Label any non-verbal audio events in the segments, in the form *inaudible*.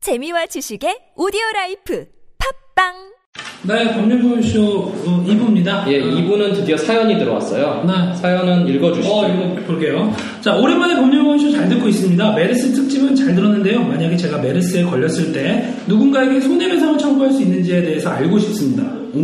재미와 지식의 오디오 라이프 팝빵 네, 법률고쇼 어, 2부입니다. 아, 예, 이분은 드디어 사연이 들어왔어요. 네. 사연은 읽어주시죠. 어, 이거 볼게요. 자, 오랜만에 법률고쇼 잘 듣고 있습니다. 메르스 특집은 잘 들었는데요. 만약에 제가 메르스에 걸렸을 때 누군가에게 손해배상을 청구할 수 있는지에 대해서 알고 싶습니다. 오,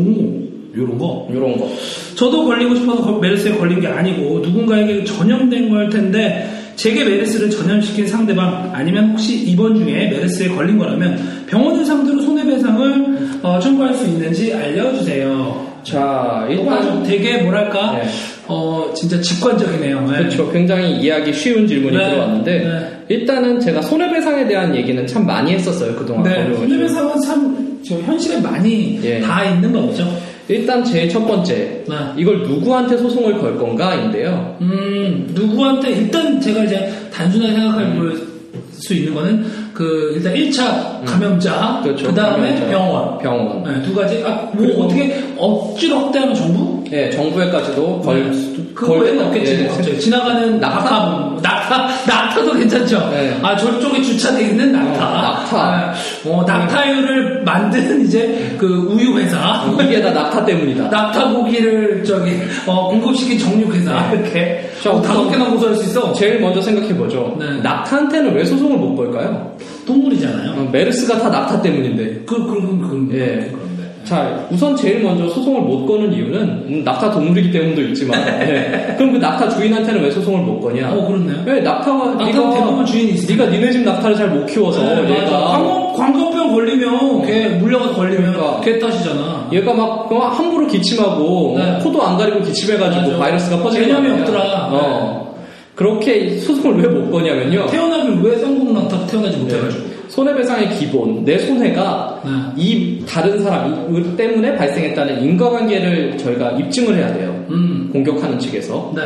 요런 거. 이런 거. 저도 걸리고 싶어서 거- 메르스에 걸린 게 아니고 누군가에게 전염된 걸 텐데 제게 메르스를 전염시킨 상대방 아니면 혹시 이번 중에 메르스에 걸린 거라면 병원을 상대로 손해배상을 어, 청구할 수 있는지 알려주세요. 자, 아주 일단. 되게 뭐랄까 네. 어 진짜 직관적이네요. 네. 그렇죠. 굉장히 이해하기 쉬운 질문이 네, 들어왔는데, 네. 일단은 제가 손해배상에 대한 얘기는 참 많이 했었어요, 그동안. 네, 걸려가지고. 손해배상은 참 지금 현실에 많이 예. 다 있는 거죠. 일단 제 첫 번째. 네. 이걸 누구한테 소송을 걸 건가인데요. 음 누구한테 일단 제가 이제 단순하게 생각할 음. 수 있는 거는 그 일단 1차 감염자, 음. 그렇죠. 다음에 감염자, 병원, 병원. 네, 두 가지. 아뭐 그리고- 어떻게 억지로 확대하면 정부? 예, 정부에까지도 걸, 네. 그거 외에는 없겠지. 예, 뭐 갑자기 지나가는 낙타, 낙타? 낙타, 낙타도 괜찮죠. 네. 아 저쪽에 주차돼 있는 낙타, 어, 낙타. 아, 어, 낙타유를 만드는 이제 그 우유 회사, 이게 다 낙타 때문이다. *laughs* 낙타 고기를 저기 어, 공급시킨 정육 회사 이렇게 예. 자, 어, 다섯 우선- 개나 고소할 수 있어. 제일 먼저 생각해보죠. 네. 낙타한테는 왜 소송을 못 걸까요? 동물이잖아요. 어, 메르스가 다 낙타 때문인데. 그 그런 그런 예. 그런데. 자, 우선 제일 먼저 소송을 못 거는 이유는 음, 낙타 동물이기 때문도 *laughs* 있지만, 예. 그럼 그 낙타 주인한테는 왜 소송을 못 거냐? 어 그렇네요. 왜 낙타가 낙타 네가 대부분 주인이 있어. 네가 니네 집 낙타를 잘 못 키워서 네, 맞아. 어, 얘가 광고 광고병 걸리면 걔 물려가 걸리면 어. 그러니까. 걔 탓이잖아. 얘가 막 그거 함부로 기침하고 네. 코도 안 가리고 기침해가지고 맞아. 바이러스가 퍼지는 개념이 거 아니야? 없더라. 네. 어. 그렇게 소송을 왜 못 거냐면요. 네. 태어나면 왜 쌍봉낙타 태어나지 네, 못해가지고. 예. 손해배상의 기본, 내 손해가 네. 이 다른 사람 때문에 발생했다는 인과관계를 저희가 입증을 해야 돼요. 음. 공격하는 측에서. 네.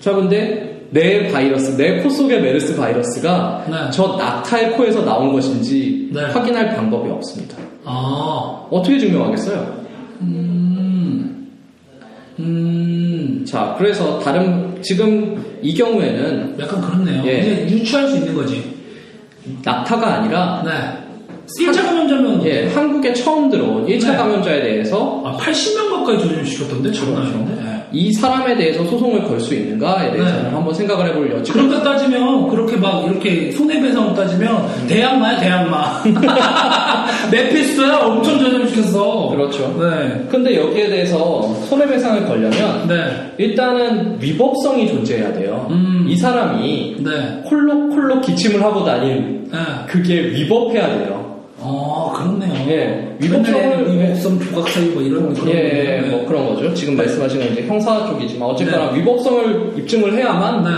자, 근데 내 바이러스, 내 코 속의 메르스 바이러스가 네. 저 낙타의 코에서 나온 것인지 네. 확인할 방법이 없습니다. 아. 어떻게 증명하겠어요? 음. 음. 자, 그래서 다른, 지금 이 경우에는 약간 그렇네요. 예. 이제 유추할 수 있는 거지. 낙타가 아니라, 네. 1차 감염자면 예, 한국에 처음 들어온 1차 네. 감염자에 대해서 아, 80명 가까이 전염시켰던데 그렇죠. 장난 아닌데. 예. 이 사람에 대해서 소송을 걸 수 있는가에 대해서는 네. 한번 생각을 해볼 여지가 그런 거 따지면 그렇게 막 이렇게 손해배상 따지면 음. 대양마야 *laughs* 대양마. 메피스토야 엄청 전염시켰어. 그렇죠. 네. 근데 여기에 대해서 손해배상을 걸려면 네. 일단은 위법성이 존재해야 돼요. 음. 이 사람이 네. 콜록콜록 기침을 하고 다닌 네. 그게 위법해야 돼요. 어, 그렇네요. 예, 위법성을 위법성을 위법성 부각사유 뭐 이런 거 그런 네. 예, 거예요. 뭐 그런 거죠. 지금 말씀하신 건 이제 형사 쪽이지만 어쨌거나 위법성을 입증을 해야만 네.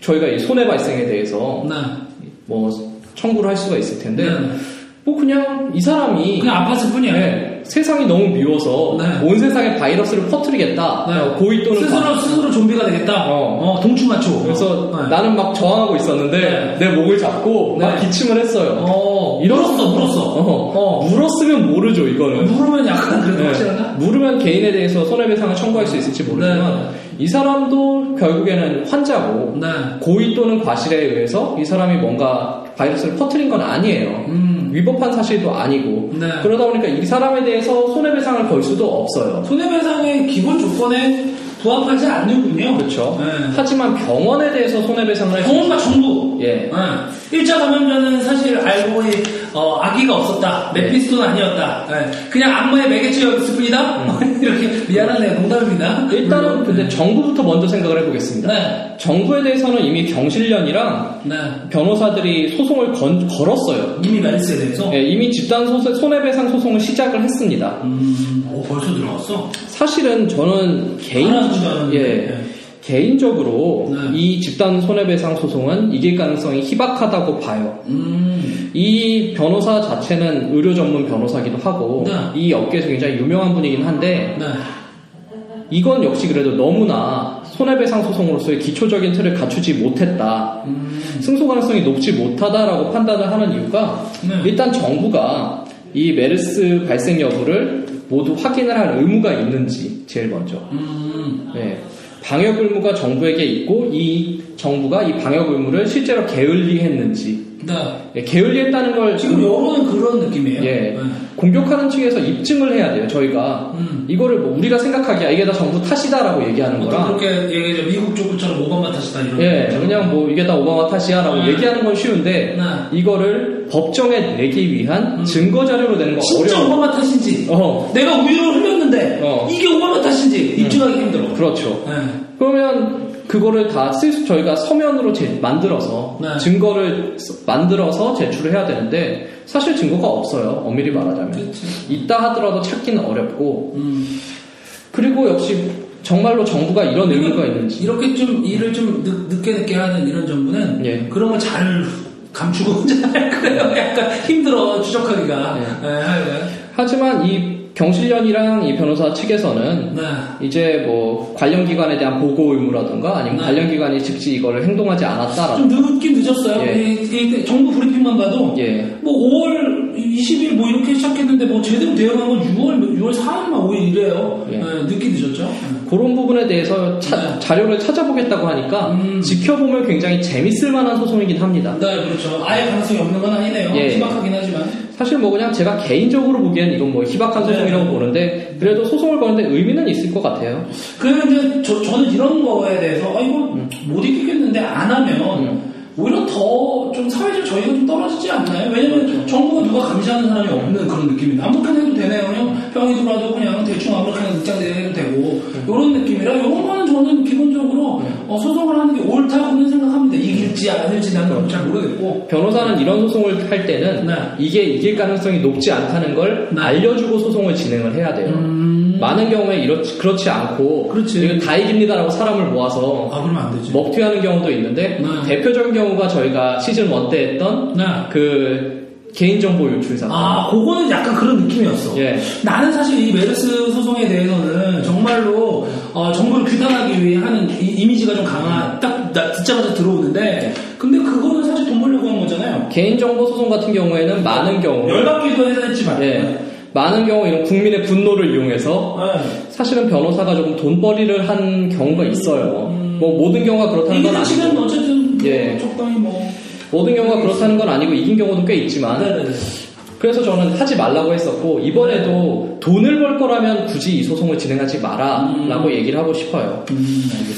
저희가 이 손해 발생에 대해서 네. 뭐 청구를 할 수가 있을 텐데 네. 뭐 그냥 이 사람이 그냥 아팠을 뿐이야. 예, 세상이 너무 미워서 네. 온 세상에 바이러스를 퍼뜨리겠다. 네. 고의 또는 스스로 과- 스스로 좀비가 되겠다. 어. 어, 동충하초. 그래서 네. 나는 막 저항하고 있었는데 네. 내 목을 잡고 막 네. 기침을 했어요. 어, 이런- 물었어, 물었어. 아, 어, 물었으면 모르죠 이거는. 네. 물으면 약간 그래도 네. 확실하다. 물으면 개인에 대해서 손해배상을 청구할 수 있을지 모르지만 이 사람도 결국에는 환자고 네. 고의 또는 과실에 의해서 이 사람이 뭔가 바이러스를 퍼뜨린 건 아니에요. 음. 위법한 사실도 아니고 네. 그러다 보니까 이 사람에 대해서 손해배상을 걸 수도 없어요. 손해배상의 기본 조건에 부합하지 않는군요. 그렇죠. 네. 하지만 병원에 대해서 손해배상을 할 수- 병원과 정부. 예. 1차 감염자는 사실 알고 보니 어, 아기가 없었다. 네. 메피스토는 아니었다. 예. 그냥 악마의 매개체였을 뿐이다. *laughs* 이렇게 미안하네요. 농담입니다. 음. 음. 일단은 물론. 근데 정부부터 먼저 생각을 해보겠습니다. 네. 정부에 대해서는 이미 경실련이랑 네. 변호사들이 소송을 건- 걸었어요. 이미 메르스에 대해서. 예, 이미 집단 소세- 손해배상 소송을 시작을 했습니다. 음, 오, 벌써 들어왔어. 사실은 저는 개인 알아주지도 않았는데. 예, 네. 개인적으로 네. 이 집단 손해배상 소송은 이길 가능성이 희박하다고 봐요. 음, 이 변호사 자체는 의료 전문 변호사기도 하고 네. 이 업계에서 굉장히 유명한 분이긴 한데 네. 이건 역시 그래도 너무나 손해배상 소송으로서의 기초적인 틀을 갖추지 못했다. 음, 승소 가능성이 높지 못하다라고 판단을 하는 이유가 네. 일단 정부가 이 메르스 발생 여부를 모두 확인을 할 의무가 있는지 제일 먼저. 음, 네. 방역 의무가 정부에게 있고 이 정부가 이 방역 의무를 실제로 게을리했는지 네. 예, 게을리했다는 걸 지금 여론은 그런 느낌이에요. 예. 네. 공격하는 측에서 입증을 해야 돼요. 저희가 음. 이거를 뭐 우리가 생각하기야 이게 다 정부 탓이다라고 얘기하는 거라. 보통 그렇게 얘기해죠 미국 쪽처럼 오바마 탓이다 이런. 그러니까 예, 거죠. 그냥 뭐 이게 다 오바마 탓이야라고 네. 얘기하는 건 쉬운데 네. 이거를 법정에 내기 위한 음. 증거 자료로 내는 건 진짜 어려워. 오바마 탓인지, 어, 내가 우유를 흘렸는데 어. 음. 이게 오바마 탓인지 입증하기 힘들어. 그렇죠. 네. 그러면 그거를 다 쓸- 저희가 서면으로 제- 만들어서 네. 증거를 쓰- 만들어서 제출을 해야 되는데 사실 증거가 없어요. 엄밀히 말하자면 그렇지. 있다 하더라도 찾기는 어렵고 음. 그리고 역시 정말로 정부가 이런 의무가 있는지 이렇게 좀 일을 좀 늦, 게 늦게 하는 이런 정부는 예. 그런 걸 잘 감추고 혼자 할 거예요. *laughs* 약간 힘들어 추적하기가. 예. 예, 하지만 이 경실련이랑 이 변호사 측에서는 예. 네. 이제 뭐 관련 기관에 대한 보고 의무라든가 아니면 네. 관련 기관이 즉시 이거를 행동하지 않았다라든가 좀 늦긴 늦었어요. 예. 이- 이- 정부 브리핑만 봐도 예. 뭐 5월 20일 뭐 이렇게 시작했는데 뭐 제대로 대응한 건 6월 6월 4일만 5일 이래요. 예. 예, 늦긴 늦었죠. 예. 그런 부분에 대해서 차- 네. 자료를 찾아보겠다고 하니까 음. 지켜보면 굉장히 재밌을 만한 소송이긴 합니다. 네, 그렇죠. 아예 가능성이 없는 건 아니네요. 예. 희박하긴 하지만. 사실 뭐 그냥 제가 개인적으로 보기엔 이건 뭐 희박한 네. 소송이라고 보는데 그래도 소송을 거는데 의미는 있을 것 같아요. 그러면 이제 저, 저는 이런 거에 대해서 아 이거 못 이기겠는데 안 하면 오히려 더 좀 사회적 저희가 좀 떨어지지 않나요? 왜냐면 정부가 누가 감시하는 사람이 없는 그런 느낌이 아무렇게나 해도 되네요. 그냥 병이 들어와도 그냥 대충 아무렇게나 극장 대해도 되고 이런 느낌이라 이런 거는 저는 기본적으로 어, 소송을 하는 게 옳다고는 생각합니다. 이길지 않을지 나는 그건 잘 모르겠고 변호사는 이런 소송을 할 때는 네. 이게 이길 가능성이 높지 않다는 걸 네. 음. 알려주고 소송을 진행을 해야 돼요. 많은 경우에 이렇지, 그렇지 않고 그렇지. 이거 다 이깁니다라고 사람을 모아서 아 그러면 안 되지. 먹튀하는 경우도 있는데 네. 대표적인 경우가 저희가 시즌 1 때 했던 네. 그 개인정보 유출 사건. 아 그거는 약간 그런 느낌이었어. 예. 나는 사실 이 메르스 소송에 대해서는 정말로 어, 정부를 규탄하기 위해 하는 이, 미지가좀 강한 딱 나- 듣자마자 들어오는데 근데 그거는 사실 돈 벌려고 한 거잖아요. 개인정보 소송 같은 경우에는 많은 경우 열받기도 네. 했지만 예, 많은 경우 이런 국민의 분노를 이용해서 예. 사실은 변호사가 조금 돈벌이를 한 경우가 있어요. 뭐 모든 경우가 그렇다는 건 음. 이기는 아니고 측은 어쨌든 뭐 예. 적당히 뭐 모든 경우가 그렇다는 건 아니고 이긴 경우도 꽤 있지만 네네네. 그래서 저는 하지 말라고 했었고 이번에도 돈을 벌 거라면 굳이 이 소송을 진행하지 마라라고 음. 얘기를 하고 싶어요.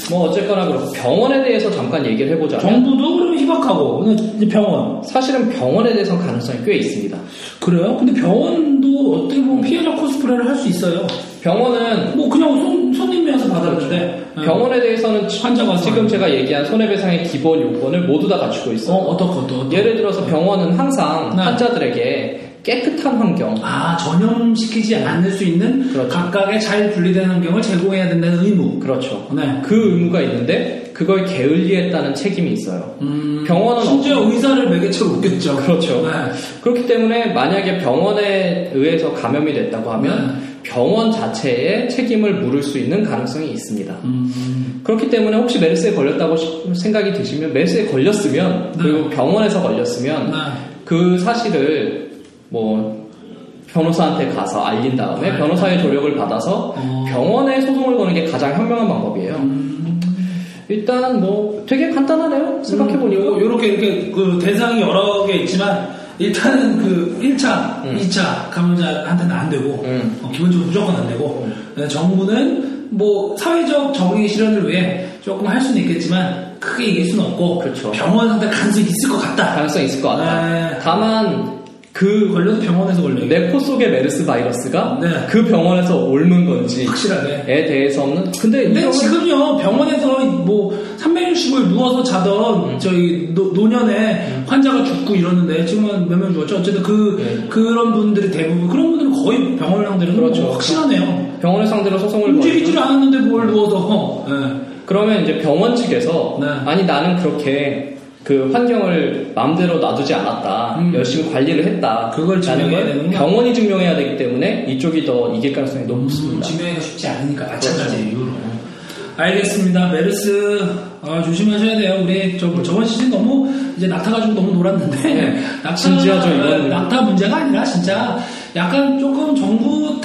뭐 어쨌거나 그렇고 병원에 대해서 잠깐 얘기를 해보자면 정부도 그럼 희박하고 근데 병원 사실은 병원에 대해서 가능성이 꽤 있습니다. 그래요? 근데 병원도 어떻게 보면 피해자 코스프레를 할 수 있어요. 병원은 뭐 그냥 손, 손님이 와서 받았는데 예. 병원에 대해서는 환자가 지금 제가 얘기한 손해배상의 기본 요건을 모두 다 갖추고 어 있어요. 어떻고 어떻고 예를 들어서 병원은 항상 네. 환자들에게 깨끗한 환경, 아, 전염시키지 않을 수 있는 그렇죠. 각각의 잘 분리된 환경을 제공해야 된다는 의무. 그렇죠. 네. 그 의무가 있는데 그걸 게을리했다는 책임이 있어요. 음, 병원은 심지어 의사를 매개체로 묶였죠. 그렇죠. 네. 그렇기 때문에 만약에 병원에 의해서 감염이 됐다고 하면 네. 병원 자체에 책임을 물을 수 있는 가능성이 있습니다. 음, 그렇기 때문에 혹시 메르스에 걸렸다고 시- 생각이 드시면 메르스에 걸렸으면 네. 그리고 병원에서 걸렸으면 네. 그 사실을 뭐 변호사한테 가서 알린 다음에 네. 변호사의 조력을 받아서 어. 병원에 소송을 거는 게 가장 현명한 방법이에요. 음. 일단 뭐 되게 간단하네요. 생각해 보니까. 요, 요렇게 이렇게 그 대상이 여러 개 있지만, 일단은 그 1차, 2차 감염자한테는 안 되고, 음. 어, 기본적으로 무조건 안 되고, 네, 정부는 뭐 사회적 정의 실현을 위해 조금 할 수는 있겠지만, 크게 이길 수는 없고, 그렇죠. 병원 상대 가능성이 있을 것 같다. 가능성 이 있을 것 같다. 네. 다만 그 걸려도 병원에서 걸려요. 내 코 속의 메르스 바이러스가 네. 그 병원에서 옮은 건지에 확실하게. 대해서는 근데 근데 이거는 네, 지금요 병원에서 뭐 365일 누워서 자던 음. 저희 노, 노년에 환자가 죽고 이러는데 지금은 몇 명 죽었죠 어쨌든 그 네. 그런 분들이 대부분 그런 분들은 거의 병원을 상대로 그렇죠. 뭐 확실하네요 병원을 상대로 소송을 음. 네. 걸면 움직이지를 않았는데 뭘 누워서 예. 그러면 이제 병원 측에서 네. 아니 나는 그렇게 그 환경을 마음대로 놔두지 않았다 음. 열심히 관리를 했다 그걸 라는 증명해야 걸 되는구나. 병원이 증명해야 되기 때문에 이쪽이 더 이길 가능성이 음, 높습니다 그렇죠. 지명하기가 쉽지 않으니까 마찬가지 이유로 알겠습니다 메르스 아, 조심하셔야 돼요 우리 저, 저번 시즌 너무 이제 낙타가지고 너무 놀았는데 네. *laughs* 낙타 진지하죠, 이거는. 낙타 문제 문제가 아니라 진짜 약간 조금 정부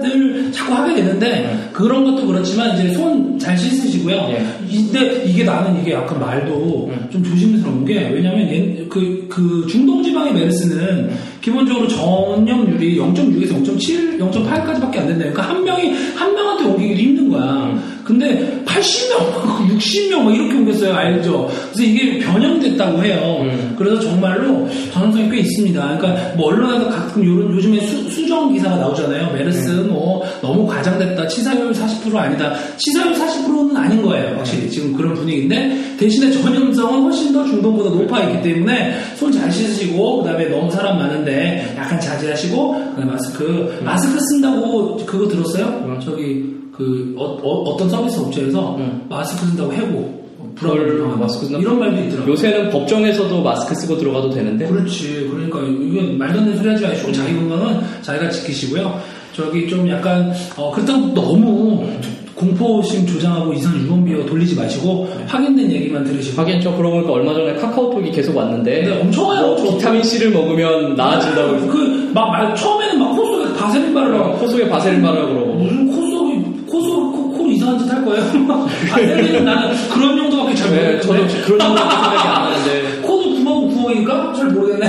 탓을 자꾸 하게 네. 되는데 그런 것도 그렇지만 이제 손 잘 씻으시고요. 예. 근데 이게 나는 이게 약간 말도 좀 조심스러운 게 왜냐면 얘- 그, 그 중동 지방의 메르스는 기본적으로 전염률이 0.6에서 0.7, 0.8까지밖에 안 된다니까 한 명이 한 명한테 옮기기도 힘든 거야. 근데 80명, *laughs* 60명 막 이렇게 옮겼어요. 알죠? 그래서 이게 변형됐다고 해요. 음. 그래서 정말로 전환성이 꽤 있습니다. 그러니까 뭐 언론에서 가끔 요런, 요즘에 수, 수정 기사가 나오잖아요. 메르스 네. 뭐 너무 과장됐다. 치사율 40% 아니다. 치사율 40%는 아닌 거예요. 네. 확실히 지금 그런 분위기인데 대신에 전염성은 훨씬 더 중동보다 높아 있기 때문에 손 잘 씻으시고 그다음에 너무 사람 많은데 약간 자제하시고 그다음에 마스크 마스크 쓴다고 그거 들었어요? 음. 저기 그 어, 떤 서비스 업체에서 음. 마스크 쓴다고 해고 헐, 불안불안 마스크 쓴다고? 이런 말도 있더라고요. 요새는 법정에서도 마스크 쓰고 들어가도 되는데 그렇지. 그러니까 이게 말도 안 되는 소리 하지 네. 마시고 자기 건강은 자기가 지키시고요. 저기 좀 약간 어, 그렇다고 너무 공포심 조장하고 이상 유언비어 돌리지 마시고 네. 확인된 얘기만 들으시고. 하긴 저 그러고 보니까 얼마 전에 카카오톡이 계속 왔는데 뭐 근데 네, 엄청 와요. 네. 저 비타민 C를 먹으면 나아진다고 어. 해서 그막 말 처음에는 막 콧속에 바세린 바르라고 코 속에 바세린 바르라고 그러고 무슨 콧속이 콧속 코, 코로 이상한 짓 할 거예요. *laughs* 바세린은 나는 그런 용도밖에 잘 네, 모르겠는데. 저도 그런 정도 생각이 안 하는데 코도 구멍 구멍이니까 잘 모르겠네. *laughs*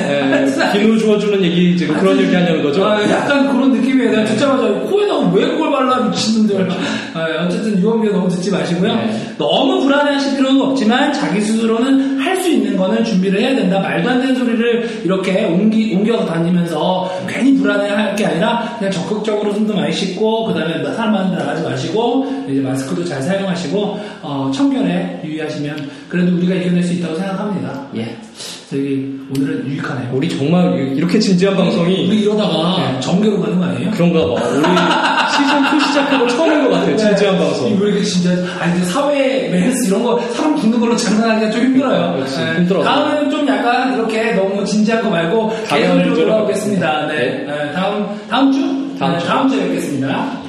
네, 비누 주워주는 얘기 지금 그런 얘기 하냐는 거죠? 아, 약간 그런 느낌이에요. 내가 듣자마자 코에다가 왜 그걸 발라 미친놈들. 아, 어쨌든 유언비어 너무 듣지 마시고요. 네. 너무 불안해하실 필요는 없지만 자기 스스로는 할 수 있는 거는 준비를 해야 된다. 말도 안 되는 소리를 이렇게 옮기, 옮겨서 다니면서 괜히 불안해할 게 아니라 그냥 적극적으로 손도 많이 씻고 그다음에 사람 많은 데 나가지 마시고 이제 마스크도 잘 사용하시고 어, 청결에 유의하시면 그래도 우리가 이겨낼 수 있다고 생각합니다. 예. 저기 오늘은 유익하네요. 우리 정말 이- 이렇게 진지한 방송이 우리 뭐 이러다가 네. 정계로 가는 거 아니에요? 그런가 봐. 우리 시즌2 시작하고 처음인 것 같아요. 진지한 방송. 왜 네. 이렇게 진짜 아니 근데 사회 메르스 이런 거 사람 죽는 걸로 장난하기가 좀 힘들어요. 네. 역시 힘들어요. 다음에는 좀 약간 이렇게 너무 진지한 거 말고 가벼운 개연으로 주제로 돌아오겠습니다. 네. 네. 네, 다음 다음 주 다음 네, 주. 다음 주에 뵙겠습니다.